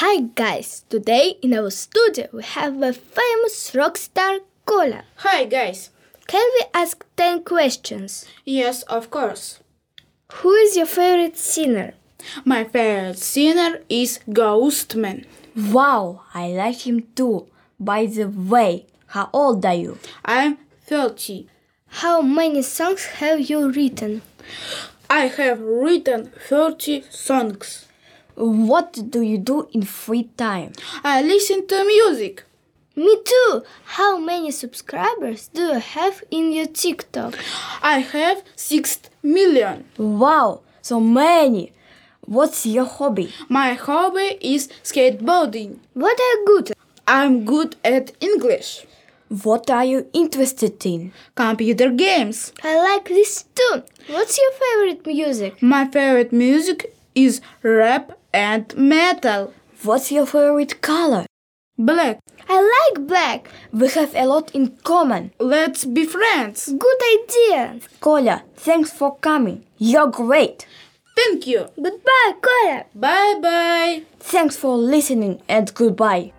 Hi guys, today in our studio we have a famous rock star Kola. Hi, guys. Can we ask 10 questions? Yes, of course. Who is your favorite singer? My favorite singer is Ghostman. Wow, I like him too. By the way, how old are you? I'm 30. How many songs have you written? I have written 30 songs. What do you do in free time? I listen to music. Me too! How many subscribers do you have in your TikTok? I have 6 million. Wow, so many. What's your hobby? My hobby is skateboarding. What are you good? at? I'm good at English, What are you interested in? computer games. I like this too. What's your favorite music? My favorite music is rap and metal. What's your favorite color? Black, I like black. We have a lot in common. let's be friends. Good idea. Kola, thanks for coming. You're great. Thank you. Goodbye, Kola. Bye bye. Thanks for listening and goodbye.